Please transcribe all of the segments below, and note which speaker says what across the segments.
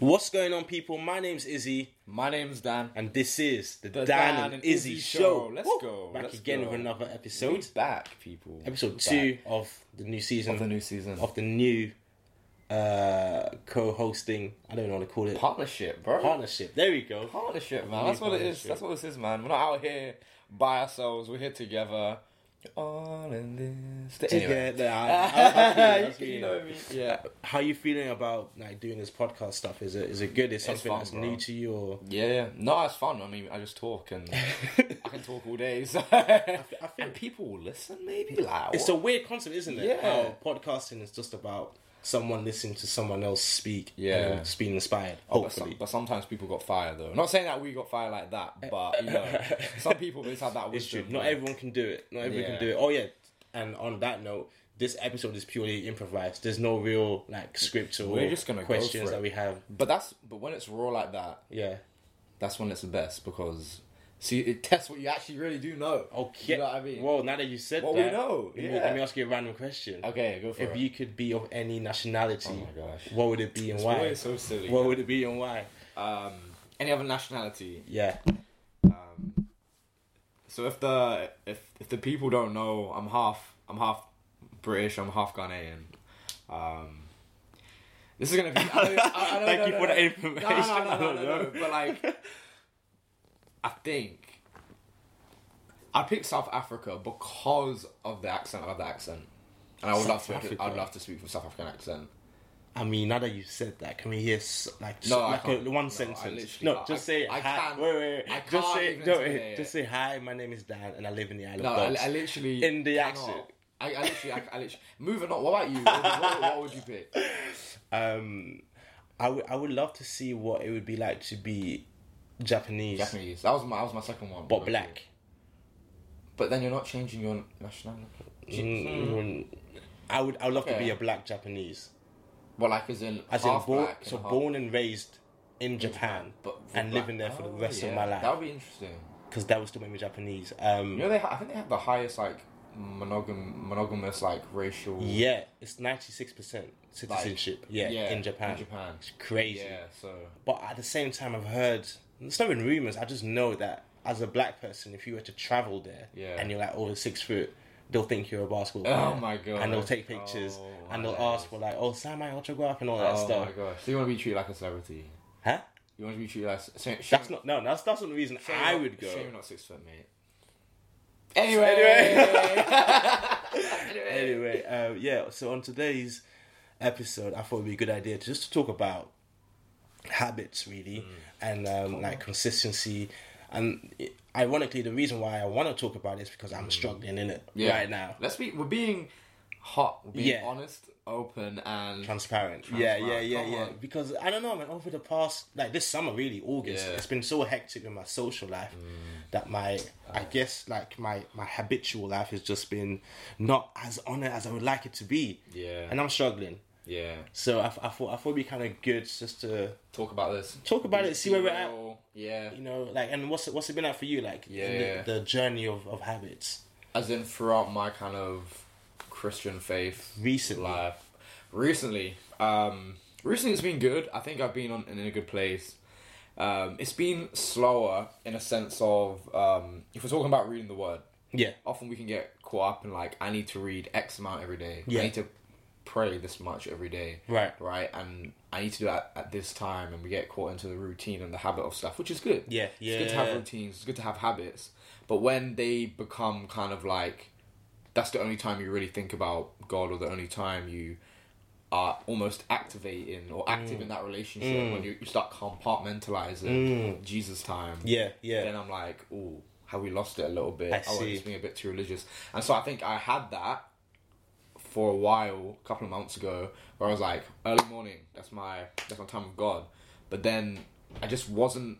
Speaker 1: What's going on, people? My name's Izzy,
Speaker 2: My name's Dan.
Speaker 1: and this is the,
Speaker 2: The
Speaker 1: Dan, and, Izzy, show.
Speaker 2: Let's
Speaker 1: Woo!
Speaker 2: go,
Speaker 1: Back
Speaker 2: let's
Speaker 1: again
Speaker 2: go.
Speaker 1: with another episode.
Speaker 2: We're back, people.
Speaker 1: Episode
Speaker 2: We're
Speaker 1: two of the new season
Speaker 2: back. of the new season.
Speaker 1: of the new uh, co-hosting. I don't know what to call it.
Speaker 2: partnership, bro.
Speaker 1: partnership. There we go.
Speaker 2: partnership, man. That's what it is.
Speaker 1: Partnership.
Speaker 2: That's what this is, man. We're not out here by ourselves. We're here together. All in this. Anyway.
Speaker 1: Together. I- I- I feel you, I feel
Speaker 2: you
Speaker 1: you.
Speaker 2: know what I mean? Yeah.
Speaker 1: How you feeling about like doing this podcast stuff? Is it is it good? Is something
Speaker 2: fun,
Speaker 1: that's
Speaker 2: bro.
Speaker 1: new to you or?
Speaker 2: Yeah, yeah. No, it's fun. I mean, I just talk and I can talk all day. So. I
Speaker 1: I feel-
Speaker 2: and people will listen, maybe. Like,
Speaker 1: It's a weird concept, isn't it?
Speaker 2: Yeah.
Speaker 1: How podcasting is just about someone listening to someone else speak.
Speaker 2: Yeah.
Speaker 1: And being inspired.
Speaker 2: Oh, but, some,
Speaker 1: Hopefully.
Speaker 2: but sometimes people got fired though. Not saying that we got fired like that, but you know, some people just have that wisdom.
Speaker 1: It's true. Not
Speaker 2: man.
Speaker 1: everyone can do it. Not everyone
Speaker 2: Yeah.
Speaker 1: can do it. Oh yeah. And on that note, this episode is purely improvised. There's no real like script or
Speaker 2: We're just gonna go
Speaker 1: questions
Speaker 2: for it.
Speaker 1: that we have.
Speaker 2: But that's but when it's raw like that,
Speaker 1: Yeah.
Speaker 2: that's when it's the best because see it tests what you actually really do know.
Speaker 1: Okay.
Speaker 2: you know what I mean.
Speaker 1: Well, now that you said
Speaker 2: Well, we
Speaker 1: that,
Speaker 2: know,
Speaker 1: Let me,
Speaker 2: yeah.
Speaker 1: let me ask you a random question.
Speaker 2: okay, go for
Speaker 1: If
Speaker 2: it.
Speaker 1: you could be of any nationality,
Speaker 2: oh my gosh,
Speaker 1: what would it be and
Speaker 2: it's
Speaker 1: why?
Speaker 2: always so silly.
Speaker 1: what would it be and why?
Speaker 2: um, any other nationality?
Speaker 1: Yeah.
Speaker 2: Um, so if the if if the people don't know, I'm half I'm half British. I'm half Ghanaian. Um, this is gonna be. I don't- I- I don't
Speaker 1: Thank
Speaker 2: know,
Speaker 1: you
Speaker 2: no,
Speaker 1: for
Speaker 2: no.
Speaker 1: the information.
Speaker 2: No, no,
Speaker 1: I
Speaker 2: no, no,
Speaker 1: don't
Speaker 2: no, no,
Speaker 1: know.
Speaker 2: But like, I think I picked South Africa because of the accent. I love the accent, and I would
Speaker 1: South
Speaker 2: love to.
Speaker 1: Africa.
Speaker 2: I'd love to speak with South African accent.
Speaker 1: I mean, now that you said that, can we hear s- like just
Speaker 2: No, I
Speaker 1: like
Speaker 2: can't.
Speaker 1: a, one
Speaker 2: No, I
Speaker 1: sentence?
Speaker 2: literally
Speaker 1: No,
Speaker 2: can't.
Speaker 1: just
Speaker 2: I-
Speaker 1: say
Speaker 2: I
Speaker 1: hi.
Speaker 2: can't-
Speaker 1: wait, wait, wait.
Speaker 2: I
Speaker 1: just
Speaker 2: can't
Speaker 1: say,
Speaker 2: even
Speaker 1: no,
Speaker 2: today.
Speaker 1: wait, just say hi. My name is Dan, and I live in the Isle
Speaker 2: No,
Speaker 1: of
Speaker 2: I,
Speaker 1: Dogs.
Speaker 2: I literally
Speaker 1: In the
Speaker 2: cannot.
Speaker 1: accent.
Speaker 2: I, I literally, I, I literally. Moving on. What about you? What, what- what would you pick?
Speaker 1: um, I would I would love to see what it would be like to be Japanese,
Speaker 2: Japanese. That was my, that was my second one.
Speaker 1: but black.
Speaker 2: But then you're not changing your nationality.
Speaker 1: Mm, I would I would love to be
Speaker 2: Okay.
Speaker 1: a black Japanese,
Speaker 2: Well, like as in
Speaker 1: as
Speaker 2: half
Speaker 1: in born,
Speaker 2: black. and
Speaker 1: so
Speaker 2: half-
Speaker 1: born and raised in Japan,
Speaker 2: but
Speaker 1: and
Speaker 2: black.
Speaker 1: living there for the
Speaker 2: Oh,
Speaker 1: rest of
Speaker 2: yeah.
Speaker 1: my life.
Speaker 2: That would be interesting.
Speaker 1: because that was still make me Japanese. Um,
Speaker 2: You know, they ha- I think they have the highest like monogam monogamous like racial.
Speaker 1: yeah, it's ninety six percent citizenship. yeah, in Japan,
Speaker 2: In Japan.
Speaker 1: it's crazy.
Speaker 2: Yeah. So
Speaker 1: But at the same time, I've heard it's not even rumors. I just know that as a black person, if you were to travel there,
Speaker 2: Yeah.
Speaker 1: and you're like over six foot. They'll think you're a basketball player.
Speaker 2: Oh my God.
Speaker 1: And they'll take pictures
Speaker 2: Oh
Speaker 1: and
Speaker 2: my
Speaker 1: they'll ask for like, oh, sign my autograph and all that
Speaker 2: oh
Speaker 1: stuff.
Speaker 2: my gosh. So you want to be treated like a celebrity?
Speaker 1: Huh?
Speaker 2: You want to be treated like shame,
Speaker 1: That's not no. That's that's not the reason
Speaker 2: shame
Speaker 1: I
Speaker 2: you're-
Speaker 1: would go.
Speaker 2: Shame you're not six foot, mate. Anyway. anyway.
Speaker 1: anyway, uh, yeah. So on today's episode, I thought it'd be a good idea to just to talk about habits, really,
Speaker 2: Mm.
Speaker 1: and um, like consistency. And it- ironically, the reason why I want to talk about it is because I'm struggling in it
Speaker 2: Mm. Yeah.
Speaker 1: right now.
Speaker 2: Let's be. We're being hot. We're being
Speaker 1: Yeah.
Speaker 2: honest, open, and
Speaker 1: Transparent. Yeah, yeah,
Speaker 2: Transparent,
Speaker 1: yeah,
Speaker 2: come
Speaker 1: yeah.
Speaker 2: on.
Speaker 1: Because I don't know, man. Over the past, like this summer, really, August,
Speaker 2: Yeah. Mm.
Speaker 1: it's been so hectic in my social life that my, I guess, like my my habitual life has just been not as on it as I would like it to be.
Speaker 2: Yeah.
Speaker 1: And I'm struggling.
Speaker 2: yeah.
Speaker 1: So I, I thought I thought it'd be kind of good just to
Speaker 2: Talk about this.
Speaker 1: talk about it, see where we're at.
Speaker 2: Yeah.
Speaker 1: You know, like and what's it- what's it been like for you, like in
Speaker 2: Yeah.
Speaker 1: the, the journey of, of habits.
Speaker 2: As in throughout my kind of Christian faith
Speaker 1: Recently.
Speaker 2: life. Recently, um, recently it's been good. I think I've been on in a good place. Um, it's been slower in a sense of um, if we're talking about reading the word.
Speaker 1: Yeah,
Speaker 2: often we can get caught up in like I need to read X amount every day.
Speaker 1: Yeah.
Speaker 2: I need to pray this much every day.
Speaker 1: Right.
Speaker 2: Right. And I need to do that at this time and we get caught into the routine and the habit of stuff, which is good.
Speaker 1: Yeah,
Speaker 2: It's good to have
Speaker 1: yeah.
Speaker 2: routines, it's good to have habits. But when they become kind of like that's the only time you really think about God or the only time you are almost activating or
Speaker 1: Mm.
Speaker 2: active in that relationship when you, you start compartmentalizing
Speaker 1: Mm.
Speaker 2: Jesus time
Speaker 1: yeah, yeah.
Speaker 2: then I'm like, oh, have we lost it a little bit?
Speaker 1: I
Speaker 2: oh,
Speaker 1: see.
Speaker 2: it's being a bit too religious. And so I think I had that for a while, a couple of months ago, where I was like, early morning, that's my that's my time with God. But then I just wasn't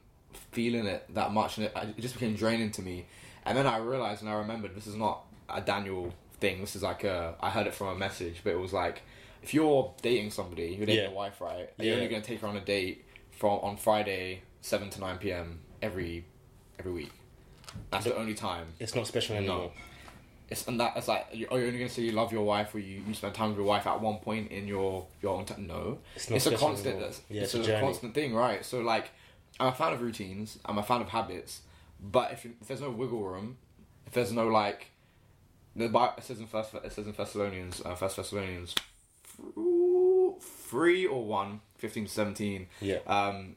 Speaker 2: feeling it that much, and it, I- it just became draining to me. And then I realized and I remembered this is not a Daniel thing. This is like a I heard it from a message, but it was like if you're dating somebody, you're dating
Speaker 1: Yeah.
Speaker 2: a wife, right? And
Speaker 1: Yeah.
Speaker 2: You're only gonna take her on a date from on Friday, seven to nine p.m. every every week. That's the only time.
Speaker 1: It's not special anymore.
Speaker 2: No. It's and that it's like you- oh you're only gonna say you love your wife or you, you spend time with your wife at one point in your your own time. No,
Speaker 1: It's
Speaker 2: it's,
Speaker 1: not
Speaker 2: a
Speaker 1: special
Speaker 2: constant.
Speaker 1: anymore.
Speaker 2: That's,
Speaker 1: Yeah,
Speaker 2: it's,
Speaker 1: it's a
Speaker 2: a,
Speaker 1: journey.
Speaker 2: constant thing, right? So like, I'm a fan of routines. I'm a fan of habits. But if, you- if there's no wiggle room, if there's no like, the Bible it says in first it says in Thessalonians uh, first Thessalonians Ooh, three or one, 15 to 17.
Speaker 1: Yeah.
Speaker 2: Um,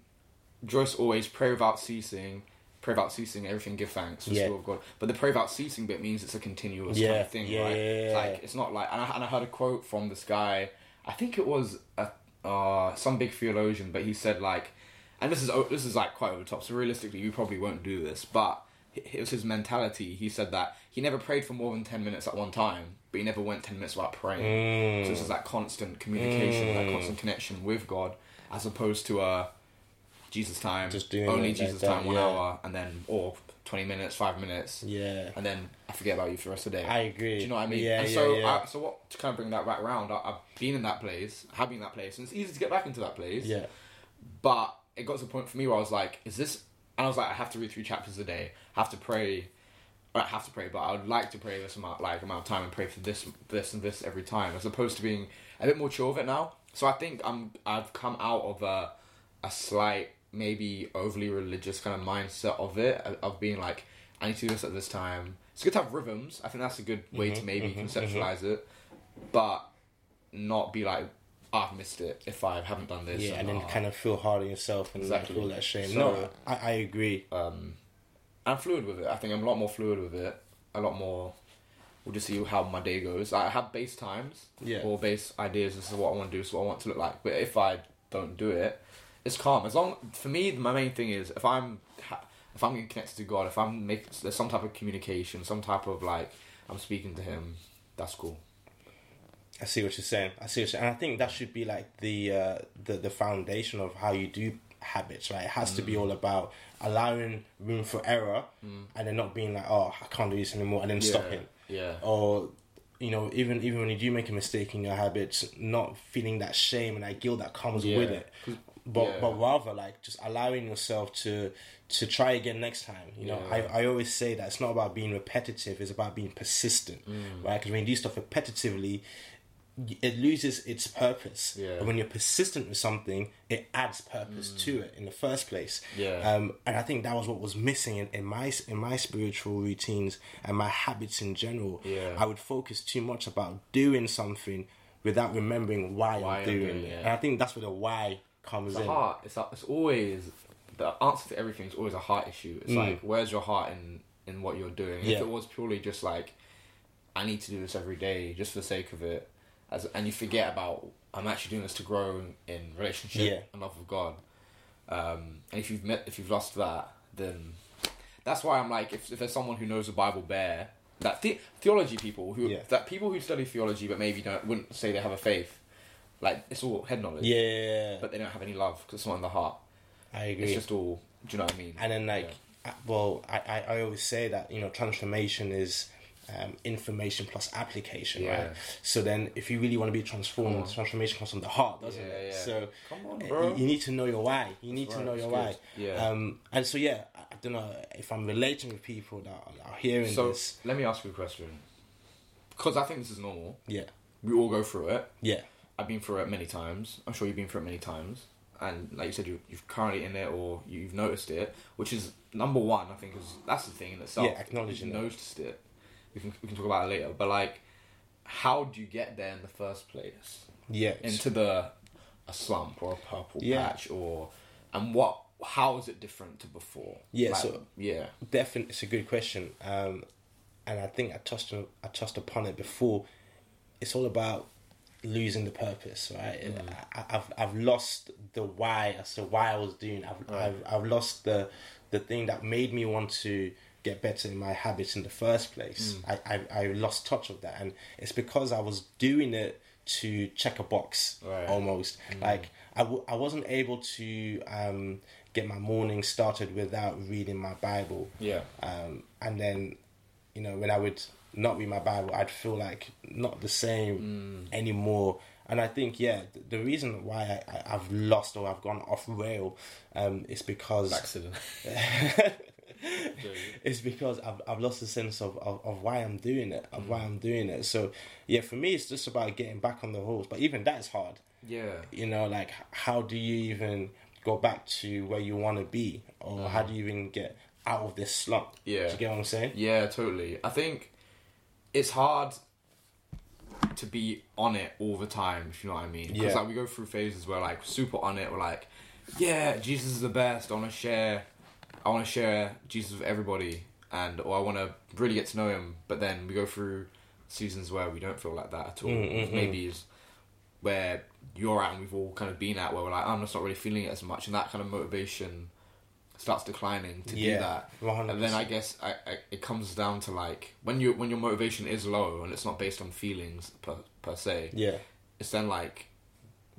Speaker 2: Joyce always pray without ceasing, pray without ceasing, everything give thanks. for the
Speaker 1: Yeah.
Speaker 2: will of God. But the pray without ceasing bit means it's a continuous kind
Speaker 1: Yeah,
Speaker 2: of thing,
Speaker 1: yeah, yeah,
Speaker 2: right?
Speaker 1: yeah,
Speaker 2: It's
Speaker 1: yeah.
Speaker 2: like, it's not like, and I, and I heard a quote from this guy, I think it was a, uh, some big theologian, but he said like, and this is o- this is like quite over the top. So realistically, you probably won't do this, but it it was his mentality. He said that he never prayed for more than ten minutes at one time, but he never went ten minutes without praying. So this
Speaker 1: Mm.
Speaker 2: is that constant communication, that constant connection with God, as opposed to uh, Jesus time,
Speaker 1: Just doing it
Speaker 2: only
Speaker 1: like
Speaker 2: Jesus
Speaker 1: that,
Speaker 2: time, one
Speaker 1: yeah.
Speaker 2: hour, and then or twenty minutes, five minutes,
Speaker 1: Yeah.
Speaker 2: and then I forget about you for the rest of the day.
Speaker 1: I agree.
Speaker 2: Do you know what I mean?
Speaker 1: Yeah,
Speaker 2: and
Speaker 1: yeah,
Speaker 2: so,
Speaker 1: yeah.
Speaker 2: I, so what to kind of bring that back around? I, I've been in that place, have been in that place, and it's easy to get back into that place.
Speaker 1: Yeah.
Speaker 2: But it got to the point for me where I was like, "Is this?" And I was like, "I have to read three chapters a day. I have to pray. Or I have to pray, but I would like to pray this amount, like amount of time, and pray for this, this, and this every time, as opposed to being a bit more chill with it now. So I think I'm, I've come out of a, a slight, maybe overly religious kind of mindset of it, of- of being like, I need to do this at this time. It's good to have rhythms. I think that's a good way
Speaker 1: Mm-hmm,
Speaker 2: to maybe conceptualize it, but not be like, "Ah, I've missed it if I haven't done this.
Speaker 1: Yeah, and then
Speaker 2: ah.
Speaker 1: kind of feel hard on yourself and like,
Speaker 2: Exactly.
Speaker 1: feel that shame.
Speaker 2: So-
Speaker 1: no, I, I agree.
Speaker 2: um, I'm fluid with it. I think I'm a lot more fluid with it. A lot more. We'll just see how my day goes. I have base times
Speaker 1: Yeah.
Speaker 2: or base ideas. This is what I want to do. This is what I want to look like. But if I don't do it, it's calm. As long for me, my main thing is if I'm ha- if I'm getting connected to God, if I'm making there's some type of communication, some type of like I'm speaking to Him. That's cool.
Speaker 1: I see what you're saying. I see what you're saying. And I think that should be like the uh, the the foundation of how you do habits, right? It has to
Speaker 2: Mm.
Speaker 1: be all about allowing room for error and then not being like, oh, I can't do this anymore, and then stopping.
Speaker 2: Yeah.
Speaker 1: Or you know, even even when you do make a mistake in your habits, not feeling that shame and that guilt that comes
Speaker 2: Yeah.
Speaker 1: with it. But
Speaker 2: yeah.
Speaker 1: but rather like just allowing yourself to to try again next time. You know,
Speaker 2: Yeah.
Speaker 1: I, I always say that it's not about being repetitive; it's about being persistent,
Speaker 2: Mm.
Speaker 1: right? Because when you do stuff repetitively, y- it loses its purpose.
Speaker 2: Yeah.
Speaker 1: But when you're persistent with something, it adds purpose to it in the first place.
Speaker 2: Mm. Yeah.
Speaker 1: Um, and I think that was what was missing in, in my s- in my spiritual routines and my habits in general.
Speaker 2: Yeah.
Speaker 1: I would focus too much about doing something without remembering why,
Speaker 2: Why
Speaker 1: I'm
Speaker 2: I'm
Speaker 1: doing,
Speaker 2: doing
Speaker 1: it.
Speaker 2: it.
Speaker 1: And I think that's where the why comes in.
Speaker 2: heart. It's like, it's always the answer to everything is always a heart issue. It's like where's your heart in in what you're doing?
Speaker 1: Mm. Yeah.
Speaker 2: If it was purely just like I need to do this every day just for the sake of it, as and you forget about I'm actually doing this to grow in, in relationship
Speaker 1: Yeah.
Speaker 2: and love with God. Um, and if you've met if you've lost that, then that's why I'm like if if there's someone who knows the Bible bare that the, theology people who
Speaker 1: Yeah.
Speaker 2: that people who study theology but maybe don't wouldn't say they have a faith. Like it's all head knowledge
Speaker 1: Yeah,
Speaker 2: but they don't have any love because it's not in the heart.
Speaker 1: I agree.
Speaker 2: It's just all. Do you know what I mean?
Speaker 1: and then like I- well I, I, I always say that you know transformation is um, information plus application
Speaker 2: Yeah.
Speaker 1: right so then if you really want to be transformed transformation comes from the heart doesn't
Speaker 2: Yeah,
Speaker 1: it
Speaker 2: yeah.
Speaker 1: so
Speaker 2: Come on,
Speaker 1: uh, you-
Speaker 2: bro.
Speaker 1: You, need to know your why you need to
Speaker 2: right,
Speaker 1: know
Speaker 2: that's
Speaker 1: your why
Speaker 2: good. Yeah.
Speaker 1: um, and so yeah I, I don't know if I'm relating with people that are, are hearing
Speaker 2: so
Speaker 1: this
Speaker 2: let me ask you a question, because I think this is normal.
Speaker 1: yeah
Speaker 2: We all go through it.
Speaker 1: yeah
Speaker 2: I've been through it many times. I'm sure you've been through it many times. And like you said, you, you've currently in it or you've noticed it, which is number one. I think is that's the thing in itself.
Speaker 1: Yeah, acknowledging
Speaker 2: You've
Speaker 1: it.
Speaker 2: noticed it. We can we can talk about it later. But like, how do you get there in the first place?
Speaker 1: yeah
Speaker 2: into the a slump or a purple
Speaker 1: Yeah.
Speaker 2: patch or and what how is it different to before
Speaker 1: Yeah, so-
Speaker 2: yeah
Speaker 1: Definitely, it's a good question, um, and I think I touched on, I touched upon it before. It's all about losing the purpose, right? I, I've I've lost the why as to why I was doing. I've I've, I've lost the the thing that made me want to get better in my habits in the first place. I, I I lost touch of that, and it's because I was doing it to check a box
Speaker 2: Right.
Speaker 1: almost. Like I, w- I wasn't able to um, get my morning started without reading my Bible.
Speaker 2: yeah
Speaker 1: Um, and then, you know, when I would not read my Bible, I'd feel like not the same anymore. And I think, yeah, th- the reason why I, I, I've lost or I've gone off rail um, is because
Speaker 2: accident
Speaker 1: it's because I've, I've lost the sense of, of, of why I'm doing it, of why I'm doing it. So, yeah, for me, it's just about getting back on the horse. But even that is hard.
Speaker 2: Yeah.
Speaker 1: You know, like, h- how do you even go back to where you want to be? Or how do you even get out of this slump?
Speaker 2: Uh-huh. Yeah.
Speaker 1: Do you get what I'm saying?
Speaker 2: Yeah, totally. I think it's hard to be on it all the time, if you know what I mean. Because
Speaker 1: Yeah.
Speaker 2: like we go through phases where like super on it, we're like, yeah, Jesus is the best. I want to share, I want to share Jesus with everybody, and or I want to really get to know him. But then we go through seasons where we don't feel like that at all.
Speaker 1: Mm,
Speaker 2: Maybe it's where you're at and we've all kind of been at where we're like, I'm just not really feeling it as much, and that kind of motivation starts declining to
Speaker 1: Yeah,
Speaker 2: do that.
Speaker 1: 100%.
Speaker 2: And then I guess I, I, it comes down to like when you when your motivation is low and it's not based on feelings per, per se.
Speaker 1: Yeah.
Speaker 2: It's then like,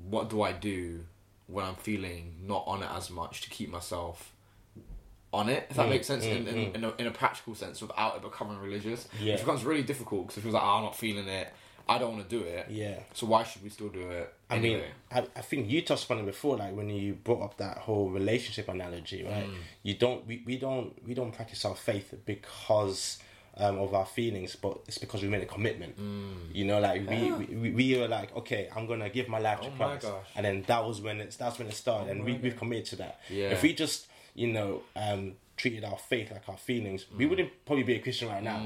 Speaker 2: what do I do when I'm feeling not on it as much to keep myself on it? If
Speaker 1: Mm,
Speaker 2: that makes sense in, in, in, a, in a practical sense without it becoming religious,
Speaker 1: Yeah.
Speaker 2: it becomes really difficult because it feels like "Ah, I'm not feeling it. I don't want to do it.
Speaker 1: Yeah.
Speaker 2: So why should we still do it?
Speaker 1: I mean,
Speaker 2: Anyway?
Speaker 1: I, I think you touched on it before, like when you brought up that whole relationship analogy, right?
Speaker 2: Mm.
Speaker 1: You don't, we, we don't, we don't practice our faith because um, of our feelings, but it's because we made a commitment.
Speaker 2: Mm.
Speaker 1: You know, like we, we, we, we were like, okay, I'm gonna give my life to
Speaker 2: Oh my
Speaker 1: Christ,
Speaker 2: gosh. Oh
Speaker 1: and then that was when it's that's when it started, and we we've committed to that.
Speaker 2: Yeah.
Speaker 1: If we just, you know, um, treated our faith like our feelings, we wouldn't probably be a Christian right now.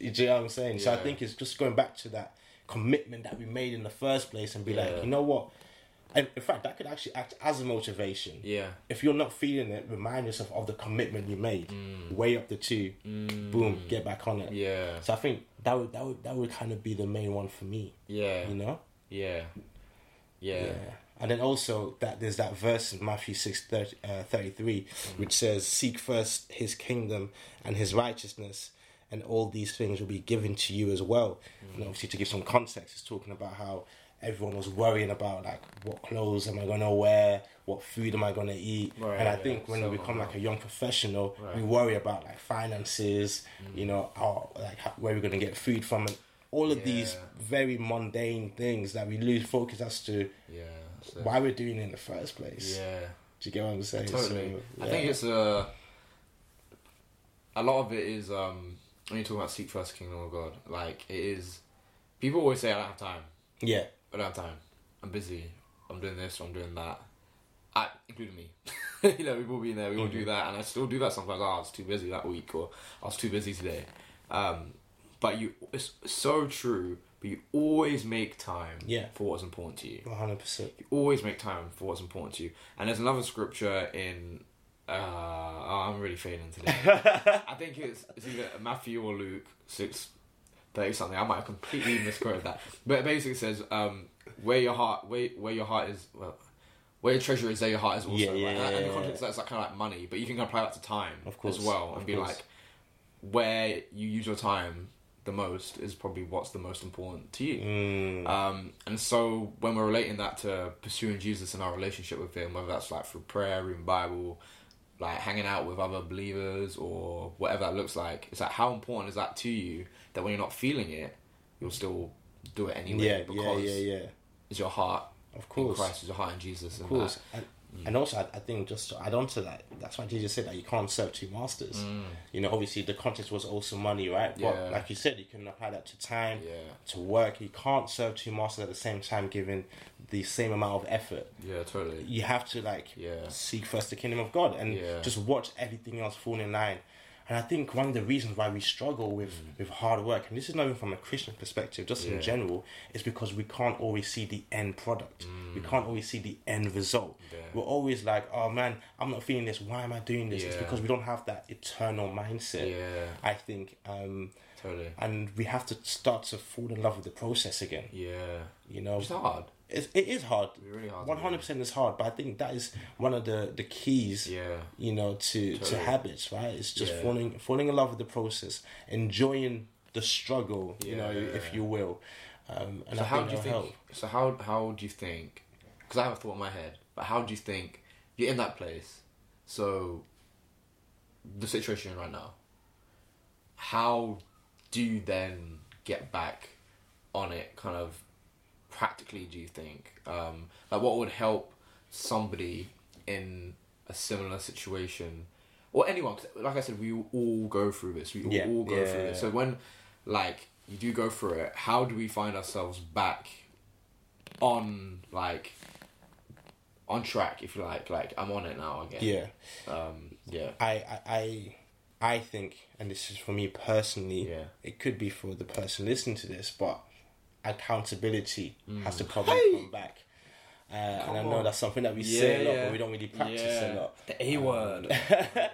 Speaker 1: You do you know what I'm saying? So I
Speaker 2: Mm. Yeah.
Speaker 1: think it's just going back to that commitment that we made in the first place and be like,
Speaker 2: Yeah.
Speaker 1: you know what? And in fact, that could actually act as a motivation.
Speaker 2: yeah.
Speaker 1: If you're not feeling it, remind yourself of the commitment you made. Weigh up the two, boom, get back on it.
Speaker 2: Mm. Yeah.
Speaker 1: So I think that would that would that would kind of be the main one for me.
Speaker 2: Yeah.
Speaker 1: You know.
Speaker 2: Yeah. Yeah.
Speaker 1: Yeah. And then also that there's that verse in Matthew six thirty uh, 33,
Speaker 2: Mm-hmm.
Speaker 1: which says, "Seek first His kingdom and His righteousness, and all these things will be given to you as well."
Speaker 2: Mm-hmm.
Speaker 1: And obviously, to give some context, it's talking about how everyone was worrying about like what clothes am I gonna wear, what food am I gonna eat,
Speaker 2: Right,
Speaker 1: and I
Speaker 2: yeah,
Speaker 1: think when
Speaker 2: so
Speaker 1: we become
Speaker 2: on.
Speaker 1: like a young professional, we
Speaker 2: Right. Mm-hmm.
Speaker 1: worry about like finances, you know, our, like how, where we're gonna get food from, and all of these
Speaker 2: Yeah.
Speaker 1: very mundane things that we lose focus as to
Speaker 2: Yeah. So-
Speaker 1: why we're doing it in the first place.
Speaker 2: Yeah.
Speaker 1: Do you get what I'm saying?
Speaker 2: Totally.
Speaker 1: So,
Speaker 2: I think
Speaker 1: uh, yeah.
Speaker 2: it's a. A lot of it is um when you talk about seek first kingdom of God, like it is. People always say I don't have time.
Speaker 1: yeah,
Speaker 2: I don't have time. I'm busy. I'm doing this. I'm doing that. I, including me. you know, we've all been there. We all
Speaker 1: Mm-hmm.
Speaker 2: do that, and I still do that sometimes. Oh, I was too busy that week, or I was too busy today. Um, but you, it's so true. But you always make time
Speaker 1: Yeah.
Speaker 2: for what's important to you
Speaker 1: one hundred percent.
Speaker 2: you always make time for what's important to you. And there's another scripture in. Uh, oh, I'm really failing today. I think it's, it's either Matthew or Luke six thirty something. I might have completely misquoted that, but it basically says um, where your heart where where your heart is well, where your treasure is, there your heart is also.
Speaker 1: Yeah,
Speaker 2: right?
Speaker 1: yeah,
Speaker 2: And- and
Speaker 1: yeah,
Speaker 2: the context of that's like kind of like money, but you can apply that to time
Speaker 1: Of course,
Speaker 2: as well, and
Speaker 1: of
Speaker 2: be
Speaker 1: course.
Speaker 2: like where you use your time the most is probably what's the most important to you.
Speaker 1: Mm,
Speaker 2: Um, and so when we're relating that to pursuing Jesus in our relationship with Him, whether that's like through prayer, reading Bible, like hanging out with other believers or whatever that looks like, it's like how important is that to you that when you're not feeling it, you'll still do it anyway
Speaker 1: yeah, yeah,
Speaker 2: because
Speaker 1: yeah, yeah.
Speaker 2: it's your heart
Speaker 1: Of
Speaker 2: in
Speaker 1: course,
Speaker 2: Christ, it's your heart in Jesus,
Speaker 1: of
Speaker 2: and
Speaker 1: course.
Speaker 2: that. Mm.
Speaker 1: And, and also, I, I think just to add on to that, that's why Jesus said that you can't serve two masters. You know, obviously the context was also money, right? But
Speaker 2: Mm. Yeah.
Speaker 1: like you said, you can apply that to time,
Speaker 2: Yeah.
Speaker 1: to work. You can't serve two masters at the same time, giving the same amount of effort.
Speaker 2: Yeah, totally.
Speaker 1: you have to like
Speaker 2: Yeah.
Speaker 1: seek first the kingdom of God and
Speaker 2: Yeah.
Speaker 1: just watch everything else fall in line. And I think one of the reasons why we struggle with, with hard work, and this is not even from a Christian perspective, just in
Speaker 2: Mm. Yeah.
Speaker 1: general, is because we can't always see the end product. We can't always see the end result.
Speaker 2: Mm. Yeah.
Speaker 1: We're always like, oh man, I'm not feeling this. Why am I doing this? It's
Speaker 2: Yeah.
Speaker 1: because we don't have that eternal mindset.
Speaker 2: Yeah,
Speaker 1: I think, um,
Speaker 2: totally.
Speaker 1: and we have to start to fall in love with the process again.
Speaker 2: Yeah,
Speaker 1: You know,
Speaker 2: it's hard.
Speaker 1: it's, it is hard.
Speaker 2: It's really hard.
Speaker 1: One hundred percent is hard, but I think that is one of the the keys,
Speaker 2: Yeah,
Speaker 1: you know, to to
Speaker 2: Totally.
Speaker 1: habits. Right? It's just
Speaker 2: Yeah.
Speaker 1: falling falling in love with the process, enjoying the struggle. You know,
Speaker 2: Yeah.
Speaker 1: if you will. Um, and
Speaker 2: So
Speaker 1: I
Speaker 2: how
Speaker 1: think
Speaker 2: do you
Speaker 1: that'll
Speaker 2: think?
Speaker 1: help.
Speaker 2: So how how do you think? Because I have a thought in my head, but how do you think you're in that place? So the situation you're in right now. How do you then get back on it? Kind of practically, do you think? Um, like what would help somebody in a similar situation or anyone. 'cause Like I said, we all go through this. We all,
Speaker 1: Yeah.
Speaker 2: all go
Speaker 1: Yeah,
Speaker 2: through
Speaker 1: yeah,
Speaker 2: this.
Speaker 1: yeah.
Speaker 2: So when, like, you do go through it, how do we find ourselves back on like on track? If you like, like I'm on it now again.
Speaker 1: Yeah.
Speaker 2: Um. Yeah.
Speaker 1: I, I, I, I think, and this is for me personally,
Speaker 2: Yeah.
Speaker 1: it could be for the person listening to this, but accountability has to come,
Speaker 2: Mm. Hey!
Speaker 1: come back. Uh, and I
Speaker 2: Come
Speaker 1: know
Speaker 2: on.
Speaker 1: that's something that we say a lot,
Speaker 2: Yeah.
Speaker 1: but we don't really practice a
Speaker 2: Yeah.
Speaker 1: lot. Um,
Speaker 2: The A word.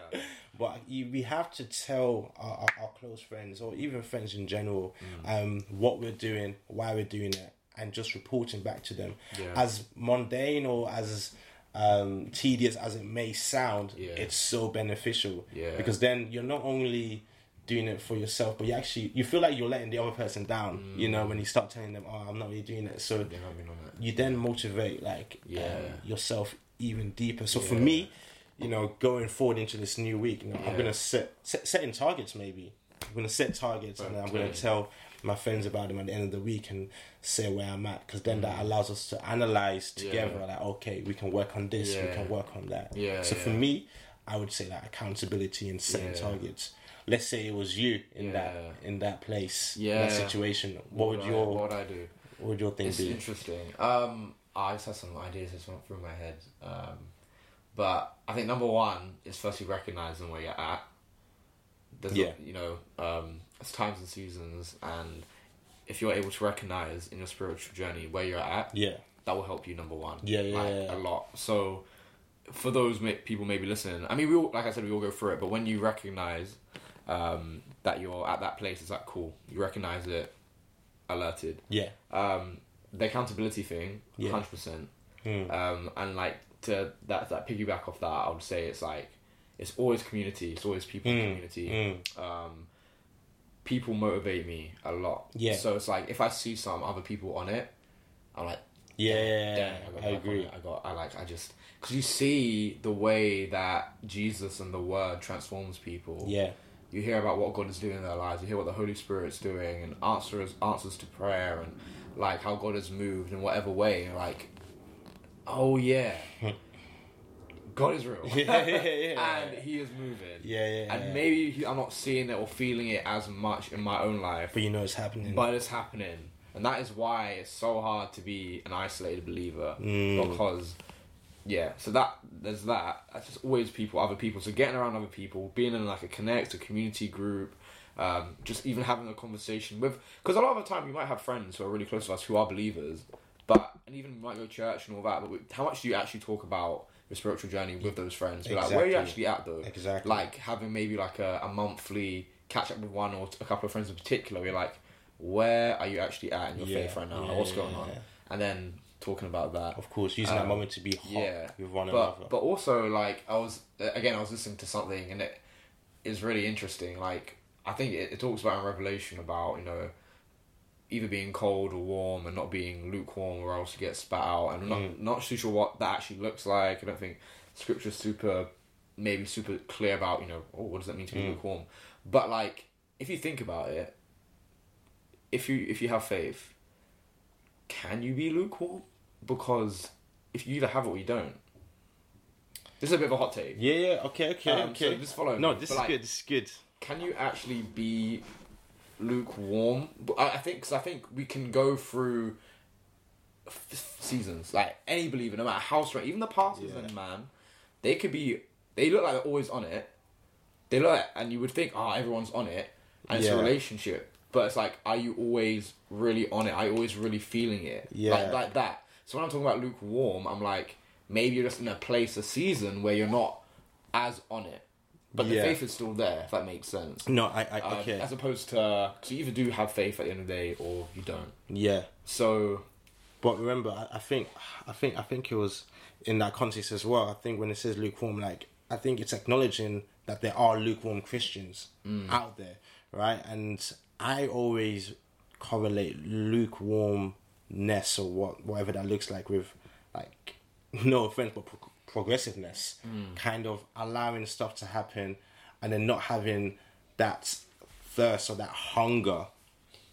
Speaker 1: But you, we have to tell our, our, our close friends or even friends in general
Speaker 2: Mm.
Speaker 1: um, what we're doing, why we're doing it, and just reporting back to them.
Speaker 2: Yeah.
Speaker 1: As mundane or as um, tedious as it may sound,
Speaker 2: Yeah.
Speaker 1: it's so beneficial.
Speaker 2: Yeah.
Speaker 1: Because then you're not only doing it for yourself, but you actually you feel like you're letting the other person down.
Speaker 2: Mm.
Speaker 1: You know when you start telling them, "Oh, I'm not really doing it." So
Speaker 2: They're not being on it.
Speaker 1: you then motivate like
Speaker 2: Yeah.
Speaker 1: um, yourself even deeper. So for
Speaker 2: Yeah.
Speaker 1: me, you know, going forward into this new week, you know, I'm
Speaker 2: Yeah.
Speaker 1: gonna set, set setting targets. Maybe I'm gonna set targets, and I'm gonna
Speaker 2: Okay.
Speaker 1: tell my friends about them at the end of the week and say where I'm at. Because then that allows us to analyze
Speaker 2: Mm. Yeah.
Speaker 1: together. Like, okay, we can work on this, we
Speaker 2: Yeah.
Speaker 1: can work on that.
Speaker 2: Yeah,
Speaker 1: So for
Speaker 2: yeah.
Speaker 1: me, I would say that accountability and setting
Speaker 2: Yeah.
Speaker 1: targets. Let's say it was you in that in that place, in that
Speaker 2: Yeah.
Speaker 1: situation. What would
Speaker 2: I-
Speaker 1: your
Speaker 2: what would I do?
Speaker 1: what would your thing
Speaker 2: It's
Speaker 1: be?
Speaker 2: interesting. Um, I just had some ideas that just went through my head. Um, but I think number one is firstly recognizing where you're at. There's
Speaker 1: Yeah.
Speaker 2: you know, um, it's times and seasons, and if you're able to recognize in your spiritual journey where you're at,
Speaker 1: Yeah,
Speaker 2: that will help you number one.
Speaker 1: Yeah, yeah,
Speaker 2: like,
Speaker 1: yeah.
Speaker 2: a lot. So, for those ma- people maybe listening, I mean, we all like I said, we all go through it. But when you recognize um, that you're at that place, is that cool? You recognize it, alerted
Speaker 1: yeah.
Speaker 2: um, the accountability thing,
Speaker 1: Yeah.
Speaker 2: hundred percent.
Speaker 1: Mm.
Speaker 2: Um, and like to that that piggyback off that, I would say it's like it's always community. It's always people in
Speaker 1: Mm,
Speaker 2: community.
Speaker 1: mm.
Speaker 2: Um, people motivate me a lot.
Speaker 1: Yeah.
Speaker 2: So it's like if I see some other people on it, I'm like,
Speaker 1: Yeah,
Speaker 2: dang, I, got
Speaker 1: I
Speaker 2: back on
Speaker 1: agree.
Speaker 2: it. I got, I like, I just because you see the way that Jesus and the Word transforms people
Speaker 1: Yeah,
Speaker 2: you hear about what God is doing in their lives, you hear what the Holy Spirit's doing, and answers answers to prayer, and like how God has moved in whatever way. and, Like, oh yeah, God is real,
Speaker 1: Yeah, yeah, yeah.
Speaker 2: and He is moving.
Speaker 1: yeah, yeah. yeah.
Speaker 2: And maybe he, I'm not seeing it or feeling it as much in my own life,
Speaker 1: but you know it's happening.
Speaker 2: but it's happening, and that is why it's so hard to be an isolated believer
Speaker 1: Mm.
Speaker 2: because. Yeah, so that there's that. That's just always people, other people. So getting around other people, being in like a connect, a community group, um, just even having a conversation with. Because a lot of the time, you might have friends who are really close to us who are believers, but and even we might go to church and all that. But we, how much do you actually talk about your spiritual journey with those friends? Be Like, where are you
Speaker 1: Exactly.
Speaker 2: actually at though?
Speaker 1: Exactly.
Speaker 2: Like having maybe like a, a monthly catch up with one or t- a couple of friends in particular. You're like, where are you actually at in your
Speaker 1: Yeah,
Speaker 2: faith right now?
Speaker 1: yeah,
Speaker 2: What's
Speaker 1: yeah,
Speaker 2: going on?
Speaker 1: yeah.
Speaker 2: And then talking about that
Speaker 1: of course, using that
Speaker 2: Um,
Speaker 1: moment to be hot
Speaker 2: yeah,
Speaker 1: with one
Speaker 2: but
Speaker 1: another.
Speaker 2: but also like I was uh, again I was listening to something and it is really interesting. Like I think it, it talks about in Revelation about you know either being cold or warm and not being lukewarm or else you get spat out. And I'm not
Speaker 1: Hmm.
Speaker 2: not too sure what that actually looks like. I don't think scripture's super maybe super clear about you know oh what does that mean to be
Speaker 1: Hmm.
Speaker 2: lukewarm. But like if you think about it, if you if you have faith, can you be lukewarm? Because if you either have it or you don't. This is a bit of a hot take.
Speaker 1: yeah, yeah. Okay, okay,
Speaker 2: Um,
Speaker 1: okay.
Speaker 2: so just follow
Speaker 1: no,
Speaker 2: me,
Speaker 1: this
Speaker 2: but,
Speaker 1: is
Speaker 2: like-
Speaker 1: good. This is good.
Speaker 2: Can you actually be lukewarm? But I, I think because I think we can go through f- f- seasons. Like any believer, no matter how strong, even the pastors
Speaker 1: Yeah.
Speaker 2: and man, they could be. They look like they're always on it. They look, like- and you would think, ah, everyone's on it, and it's
Speaker 1: Yeah.
Speaker 2: a relationship. But it's like, are you always really on it? Are you always really feeling it?
Speaker 1: Yeah.
Speaker 2: like, like that. So when I'm talking about lukewarm, I'm like, maybe you're just in a place, a season where you're not as on it, but the
Speaker 1: Yeah.
Speaker 2: faith is still there. If that makes sense.
Speaker 1: No, I, I
Speaker 2: Um,
Speaker 1: okay.
Speaker 2: As opposed to, uh, so you either do have faith at the end of the day or you don't.
Speaker 1: yeah.
Speaker 2: So,
Speaker 1: But remember, I, I think, I think, I think it was in that context as well. I think when it says lukewarm, like I think it's acknowledging that there are lukewarm Christians out there, right? And I always correlate lukewarmness or what, whatever that looks like with, like, no offense, but pro- progressiveness,
Speaker 2: Mm.
Speaker 1: kind of allowing stuff to happen, and then not having that thirst or that hunger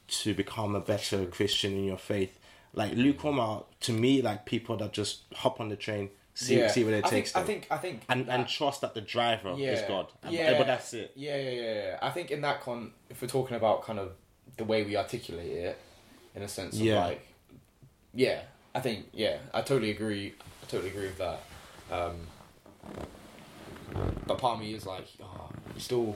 Speaker 1: to become a
Speaker 2: Mm.
Speaker 1: better Christian in your faith. Like lukewarm are to me like people that just hop on the train, See, see where it
Speaker 2: I
Speaker 1: takes
Speaker 2: think,
Speaker 1: them.
Speaker 2: I think I think
Speaker 1: and and trust that the driver is God.
Speaker 2: Yeah.
Speaker 1: But that's it.
Speaker 2: Yeah, yeah, yeah, yeah. I think in that con, if we're talking about kind of the way we articulate it, in a sense of
Speaker 1: Yeah.
Speaker 2: like, yeah, I think yeah, I totally agree. I totally agree with that. Um, but part of me is like, oh, it's still,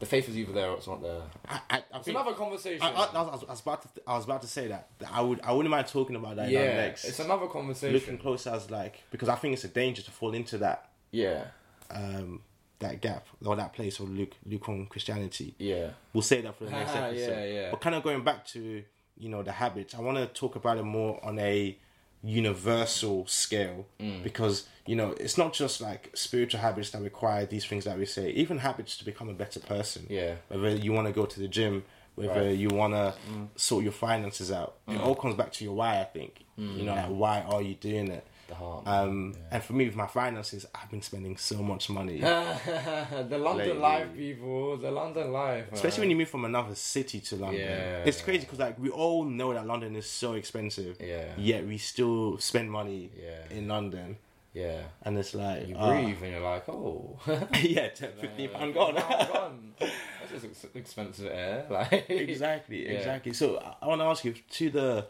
Speaker 2: the faith is either there or it's not there.
Speaker 1: I, I, I
Speaker 2: It's
Speaker 1: think-
Speaker 2: another conversation.
Speaker 1: I, I, I was, I was about to th- I was about to say that, that I would I wouldn't mind talking about that in
Speaker 2: yeah,
Speaker 1: our next.
Speaker 2: it's another
Speaker 1: Looking
Speaker 2: conversation.
Speaker 1: closer as like because I think it's a danger to fall into that
Speaker 2: Yeah,
Speaker 1: um that gap or that place of Luke lukewarm Christianity.
Speaker 2: yeah,
Speaker 1: We'll say that for the next
Speaker 2: Ah,
Speaker 1: episode.
Speaker 2: yeah, yeah.
Speaker 1: But kind of going back to you know the habits, I want to talk about it more on a universal scale
Speaker 2: Mm.
Speaker 1: because you know it's not just like spiritual habits that require these things that we say, even habits to become a better person
Speaker 2: yeah.
Speaker 1: whether you want to go to the gym, whether
Speaker 2: Right. Mm.
Speaker 1: you want to sort your finances out. It all comes back to your why, I think.
Speaker 2: Mm.
Speaker 1: You know, like, why are you doing it?
Speaker 2: The heart.
Speaker 1: Um, And for me, with my finances, I've been spending so much money.
Speaker 2: the London
Speaker 1: Lately.
Speaker 2: life, people. The London life.
Speaker 1: Especially when you move from another city to London.
Speaker 2: Yeah.
Speaker 1: It's crazy because, like, we all know that London is so expensive,
Speaker 2: Yeah.
Speaker 1: yet we still spend money
Speaker 2: Yeah.
Speaker 1: in London.
Speaker 2: Yeah.
Speaker 1: And it's like,
Speaker 2: You
Speaker 1: ah,
Speaker 2: breathe and you're like, oh.
Speaker 1: yeah, 10, 15 pounds gone.
Speaker 2: I'm gone. That's just ex- expensive air. Like.
Speaker 1: exactly,
Speaker 2: Yeah.
Speaker 1: exactly. So I- I want to ask you to the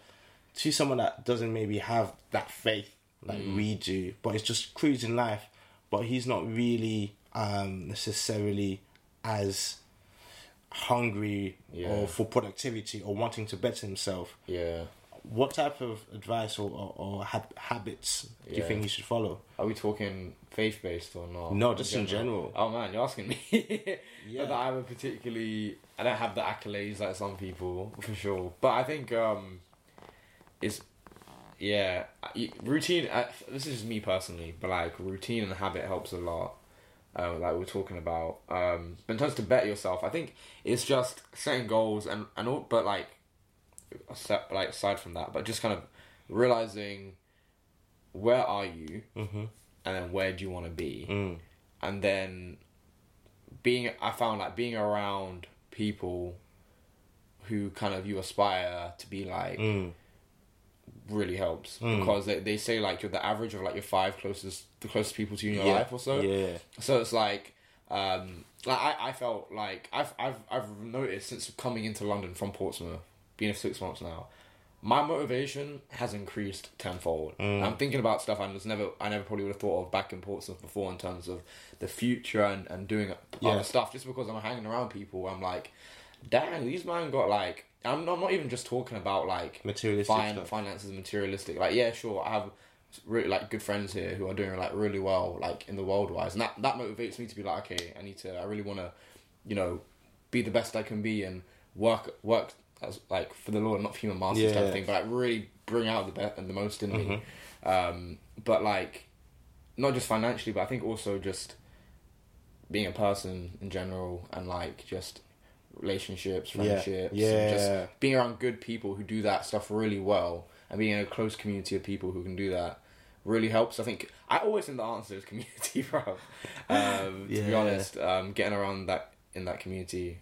Speaker 1: to someone that doesn't maybe have that faith like
Speaker 2: Mm.
Speaker 1: we do, but it's just cruising life, but he's not really um, necessarily as hungry
Speaker 2: Yeah.
Speaker 1: or for productivity or wanting to better himself.
Speaker 2: Yeah.
Speaker 1: What type of advice or or, or hab- habits do you
Speaker 2: Yeah.
Speaker 1: think he should follow?
Speaker 2: Are we talking faith based or not?
Speaker 1: No, just in general.
Speaker 2: Oh man, you're asking me.
Speaker 1: Yeah.
Speaker 2: Not that I'm a particularly. I don't have the accolades like some people for sure, but I think um, it's yeah I- routine. I, this is just me personally, but like routine and habit helps a lot. Uh, like we we're talking about, um, but in terms to better yourself, I think it's just setting goals and and all, but like, aside, like aside from that, but just kind of realizing where are you
Speaker 1: Mhm.
Speaker 2: and then where do you want to be
Speaker 1: Mm.
Speaker 2: and then being i found like being around people who kind of you aspire to be like
Speaker 1: Mm.
Speaker 2: really helps because they, they say like you're the average of like your five closest the closest people to you in your
Speaker 1: Yeah.
Speaker 2: life or so
Speaker 1: Yeah.
Speaker 2: so it's like, um, like I, I felt like I've, I've, I've noticed since coming into London from Portsmouth, being here six months now, my motivation has increased tenfold.
Speaker 1: Mm.
Speaker 2: I'm thinking about stuff I was never, I never probably would have thought of back in Portsmouth before in terms of the future and, and doing
Speaker 1: Yeah.
Speaker 2: other stuff. Just because I'm hanging around people, I'm like, dang, these man got like. I'm not, I'm not even just talking about like
Speaker 1: Materialistic
Speaker 2: fin-
Speaker 1: stuff.
Speaker 2: finances and materialistic. Like, yeah, sure, I have really like good friends here who are doing like really well, like in the world wise, and that that motivates me to be like, okay, I need to, I really want to, you know, be the best I can be and work work as like for the Lord, not for human masters type
Speaker 1: Yeah. Mm-hmm.
Speaker 2: of thing, but like really bring out the best and the most in me. Um, but like, not just financially, but I think also just being a person in general and like just relationships, friendships, and
Speaker 1: Yeah.
Speaker 2: just being around good people who do that stuff really well and being in a close community of people who can do that really helps. I think I always think the answer is community, bro. Um, To be
Speaker 1: Yeah.
Speaker 2: honest, um, getting around that in that community.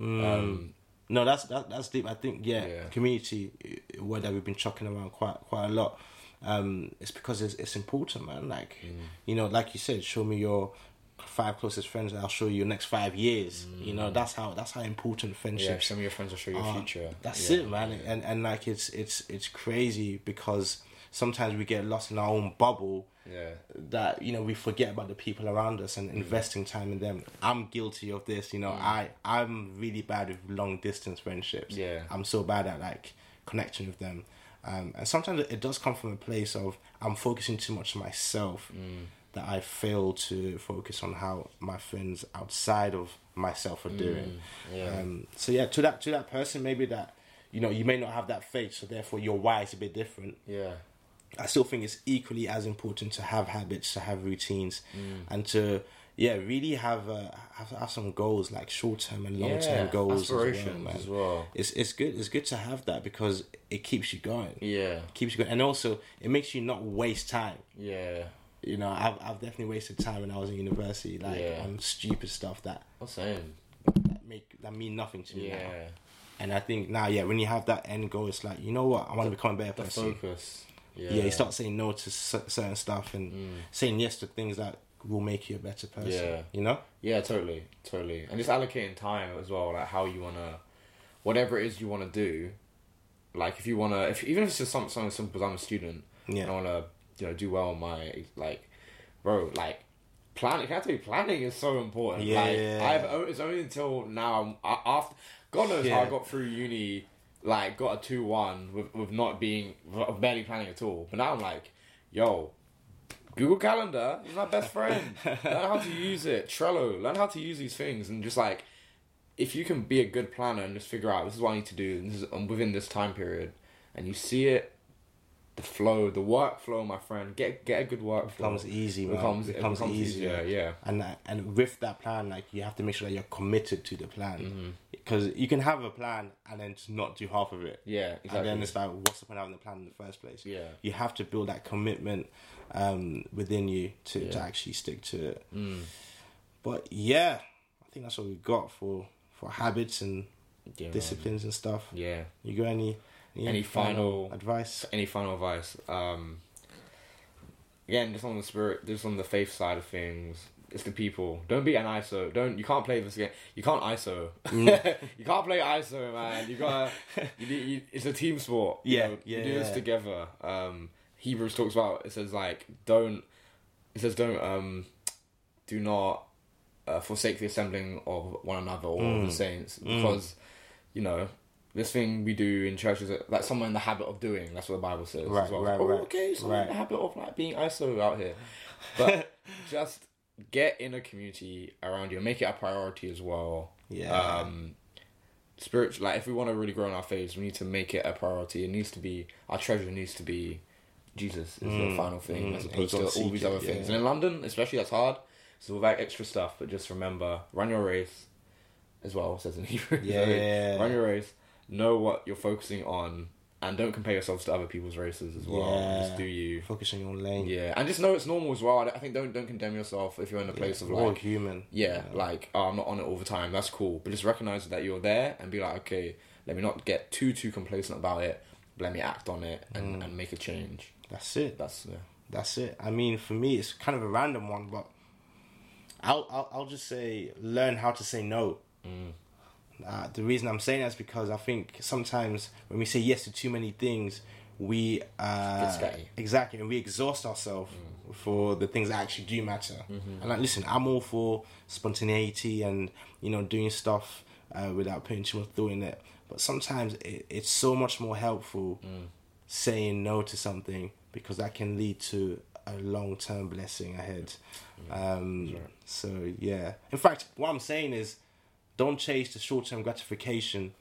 Speaker 1: Mm,
Speaker 2: Um,
Speaker 1: No, that's that, that's deep. I think yeah,
Speaker 2: Yeah.
Speaker 1: community uh, word that we've been chucking around quite quite a lot. Um, it's because it's it's important, man. Like
Speaker 2: Mm.
Speaker 1: you know, like you said, show me your five closest friends, and I'll show you your next five years. You know, that's how that's how important
Speaker 2: yeah,
Speaker 1: friendships
Speaker 2: some of your friends will show you
Speaker 1: are.
Speaker 2: your future.
Speaker 1: Ah, That's
Speaker 2: Mm. Yeah.
Speaker 1: it, man. And and like it's it's it's crazy because sometimes we get lost in our own bubble
Speaker 2: Yeah.
Speaker 1: that you know we forget about the people around us
Speaker 2: Mm.
Speaker 1: and investing time in them i'm guilty of this you know i i'm really bad with long distance friendships
Speaker 2: Yeah.
Speaker 1: i'm so bad at like connecting with them um, and sometimes it it does come from a place of i'm focusing too much on myself
Speaker 2: Mm.
Speaker 1: that i fail to focus on how my friends outside of myself are doing
Speaker 2: Mm. yeah.
Speaker 1: um, so yeah to that to that person maybe that you know you may not have that faith so therefore your why is a bit different
Speaker 2: Yeah.
Speaker 1: I still think it's equally as important to have habits, to have routines,
Speaker 2: Mm.
Speaker 1: and to yeah, really have uh, have, have some goals like short term and long term
Speaker 2: Yeah,
Speaker 1: goals as well,
Speaker 2: aspirations
Speaker 1: man.
Speaker 2: as well.
Speaker 1: It's it's good. It's good to have that because it keeps you going.
Speaker 2: Yeah.
Speaker 1: Keeps you going, and also it makes you not waste time.
Speaker 2: Yeah.
Speaker 1: You know, I've I've definitely wasted time when I was in university, like
Speaker 2: Yeah.
Speaker 1: on stupid stuff that,
Speaker 2: I'm saying.
Speaker 1: that make that mean nothing to me now.
Speaker 2: Yeah.
Speaker 1: And I think now, yeah, when you have that end goal, it's like you know what, I want to become a better
Speaker 2: The
Speaker 1: person.
Speaker 2: focus.
Speaker 1: yeah, you start saying no to cer- certain stuff and saying yes to things that will make you a better person.
Speaker 2: Mm. Yeah.
Speaker 1: You know?
Speaker 2: Yeah, totally, totally, and just allocating time as well, like how you wanna, whatever it is you wanna do, like if you wanna, if even if it's just something, something simple. As I'm a student,
Speaker 1: Yeah.
Speaker 2: and I wanna, you know, do well in my like, bro, like planning. That's me. Planning is so important. Like,
Speaker 1: Yeah.
Speaker 2: I've o- it's only until now. I'm, I, after God knows how I
Speaker 1: Yeah.
Speaker 2: got through uni, like got a two one with with not being with barely planning at all. But now I'm like, yo, Google Calendar is my best friend. learn how to use it. Trello. Learn how to use these things and just like, if you can be a good planner and just figure out this is what I need to do and this is um, within this time period, and you see it, the flow, the workflow, my friend, get get a good workflow.
Speaker 1: Becomes e- easy,
Speaker 2: It
Speaker 1: man.
Speaker 2: becomes, it
Speaker 1: Becomes
Speaker 2: becomes
Speaker 1: easier.
Speaker 2: easier. Yeah.
Speaker 1: and that- and with that plan, like you have to make sure that you're committed to the
Speaker 2: Mm-hmm.
Speaker 1: plan because you can have a plan and then just not do half of it.
Speaker 2: Yeah. Exactly.
Speaker 1: And then it's like, what's the point of having the plan in the first place?
Speaker 2: Yeah.
Speaker 1: you have to build that commitment um, within you to, to actually stick to it.
Speaker 2: Mm.
Speaker 1: But yeah, I think that's what we've got for for habits and
Speaker 2: yeah.
Speaker 1: disciplines and stuff.
Speaker 2: Yeah.
Speaker 1: You got any any,
Speaker 2: Any final-
Speaker 1: advice?
Speaker 2: Any final advice? Um, again, just on the spirit, just on the faith side of things. It's the people. Don't be an ISO. Don't you can't play this game. You can't ISO.
Speaker 1: Mm.
Speaker 2: you can't play ISO, man. You gotta. You, need- you, it's a team sport. you
Speaker 1: Yeah,
Speaker 2: know.
Speaker 1: yeah,
Speaker 2: You do this
Speaker 1: yeah.
Speaker 2: together. Um, Hebrews talks about. It says like don't. It says don't. Um, do not uh, forsake the assembling of one another or
Speaker 1: Mm.
Speaker 2: of the saints because you know this thing we do in churches that like someone in the habit of doing that's what the bible says
Speaker 1: Right,
Speaker 2: as well.
Speaker 1: right,
Speaker 2: oh,
Speaker 1: right,
Speaker 2: okay someone in the
Speaker 1: right.
Speaker 2: habit of like being iso out here but just get in a community around you and make it a priority as well
Speaker 1: Yeah.
Speaker 2: um spiritual like if we want to really grow in our faith we need to make it a priority it needs to be our treasure needs to be jesus is
Speaker 1: Mm.
Speaker 2: the final thing as
Speaker 1: and
Speaker 2: opposed
Speaker 1: you
Speaker 2: to
Speaker 1: gotta
Speaker 2: all
Speaker 1: seek
Speaker 2: these
Speaker 1: it,
Speaker 2: other
Speaker 1: yeah.
Speaker 2: things and in london especially that's hard so all that extra stuff but just remember run your race as well says in hebrew
Speaker 1: Yeah, yeah, yeah.
Speaker 2: run your race know what you're focusing on and don't compare yourselves to other people's races as well
Speaker 1: Yeah.
Speaker 2: just do you
Speaker 1: Focus on your lane.
Speaker 2: yeah and just know it's normal as well I I think don't don't condemn yourself if you're in a place of
Speaker 1: We're
Speaker 2: like
Speaker 1: all human.
Speaker 2: yeah, like oh, I'm not on it all the time. That's cool, but just recognize that you're there and be like, okay, let me not get too too complacent about it. But let me act on it and, and make a change.
Speaker 1: That's it.
Speaker 2: That's yeah.
Speaker 1: that's it. I mean, for me, it's kind of a random one, but I'll I'll, I'll just say learn how to say no.
Speaker 2: Mm.
Speaker 1: Uh, the reason I'm saying that is because I think sometimes when we say yes to too many things, we uh,
Speaker 2: Get scatty. Mm.
Speaker 1: exactly and we exhaust ourselves for the things that actually do matter.
Speaker 2: Mm-hmm.
Speaker 1: And like, listen, I'm all for spontaneity and you know doing stuff uh, without putting too much thought in it. But sometimes it, it's so much more helpful
Speaker 2: Mm.
Speaker 1: saying no to something because that can lead to a long term blessing ahead. Um, So yeah. In fact, what I'm saying is, don't chase the short term gratification.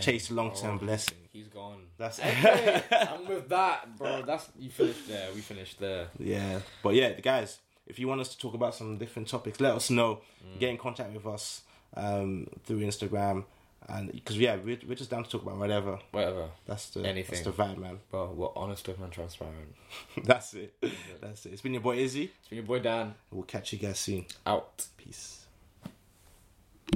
Speaker 1: Chase the long term
Speaker 2: Oh.
Speaker 1: blessing.
Speaker 2: He's gone.
Speaker 1: That's
Speaker 2: and with that, bro, that's you finished there. We finished there.
Speaker 1: yeah. But yeah, guys, if you want us to talk about some different topics, let us know. Get in contact with us um, through Instagram, and because yeah, we're, we're just down to talk about whatever.
Speaker 2: Whatever,
Speaker 1: That's the
Speaker 2: Anything.
Speaker 1: That's the vibe, man.
Speaker 2: bro. We're honest, open, and transparent.
Speaker 1: that's it. That's it. It's been your boy Izzy.
Speaker 2: It's been your boy Dan.
Speaker 1: We'll catch you guys soon.
Speaker 2: Out.
Speaker 1: Peace.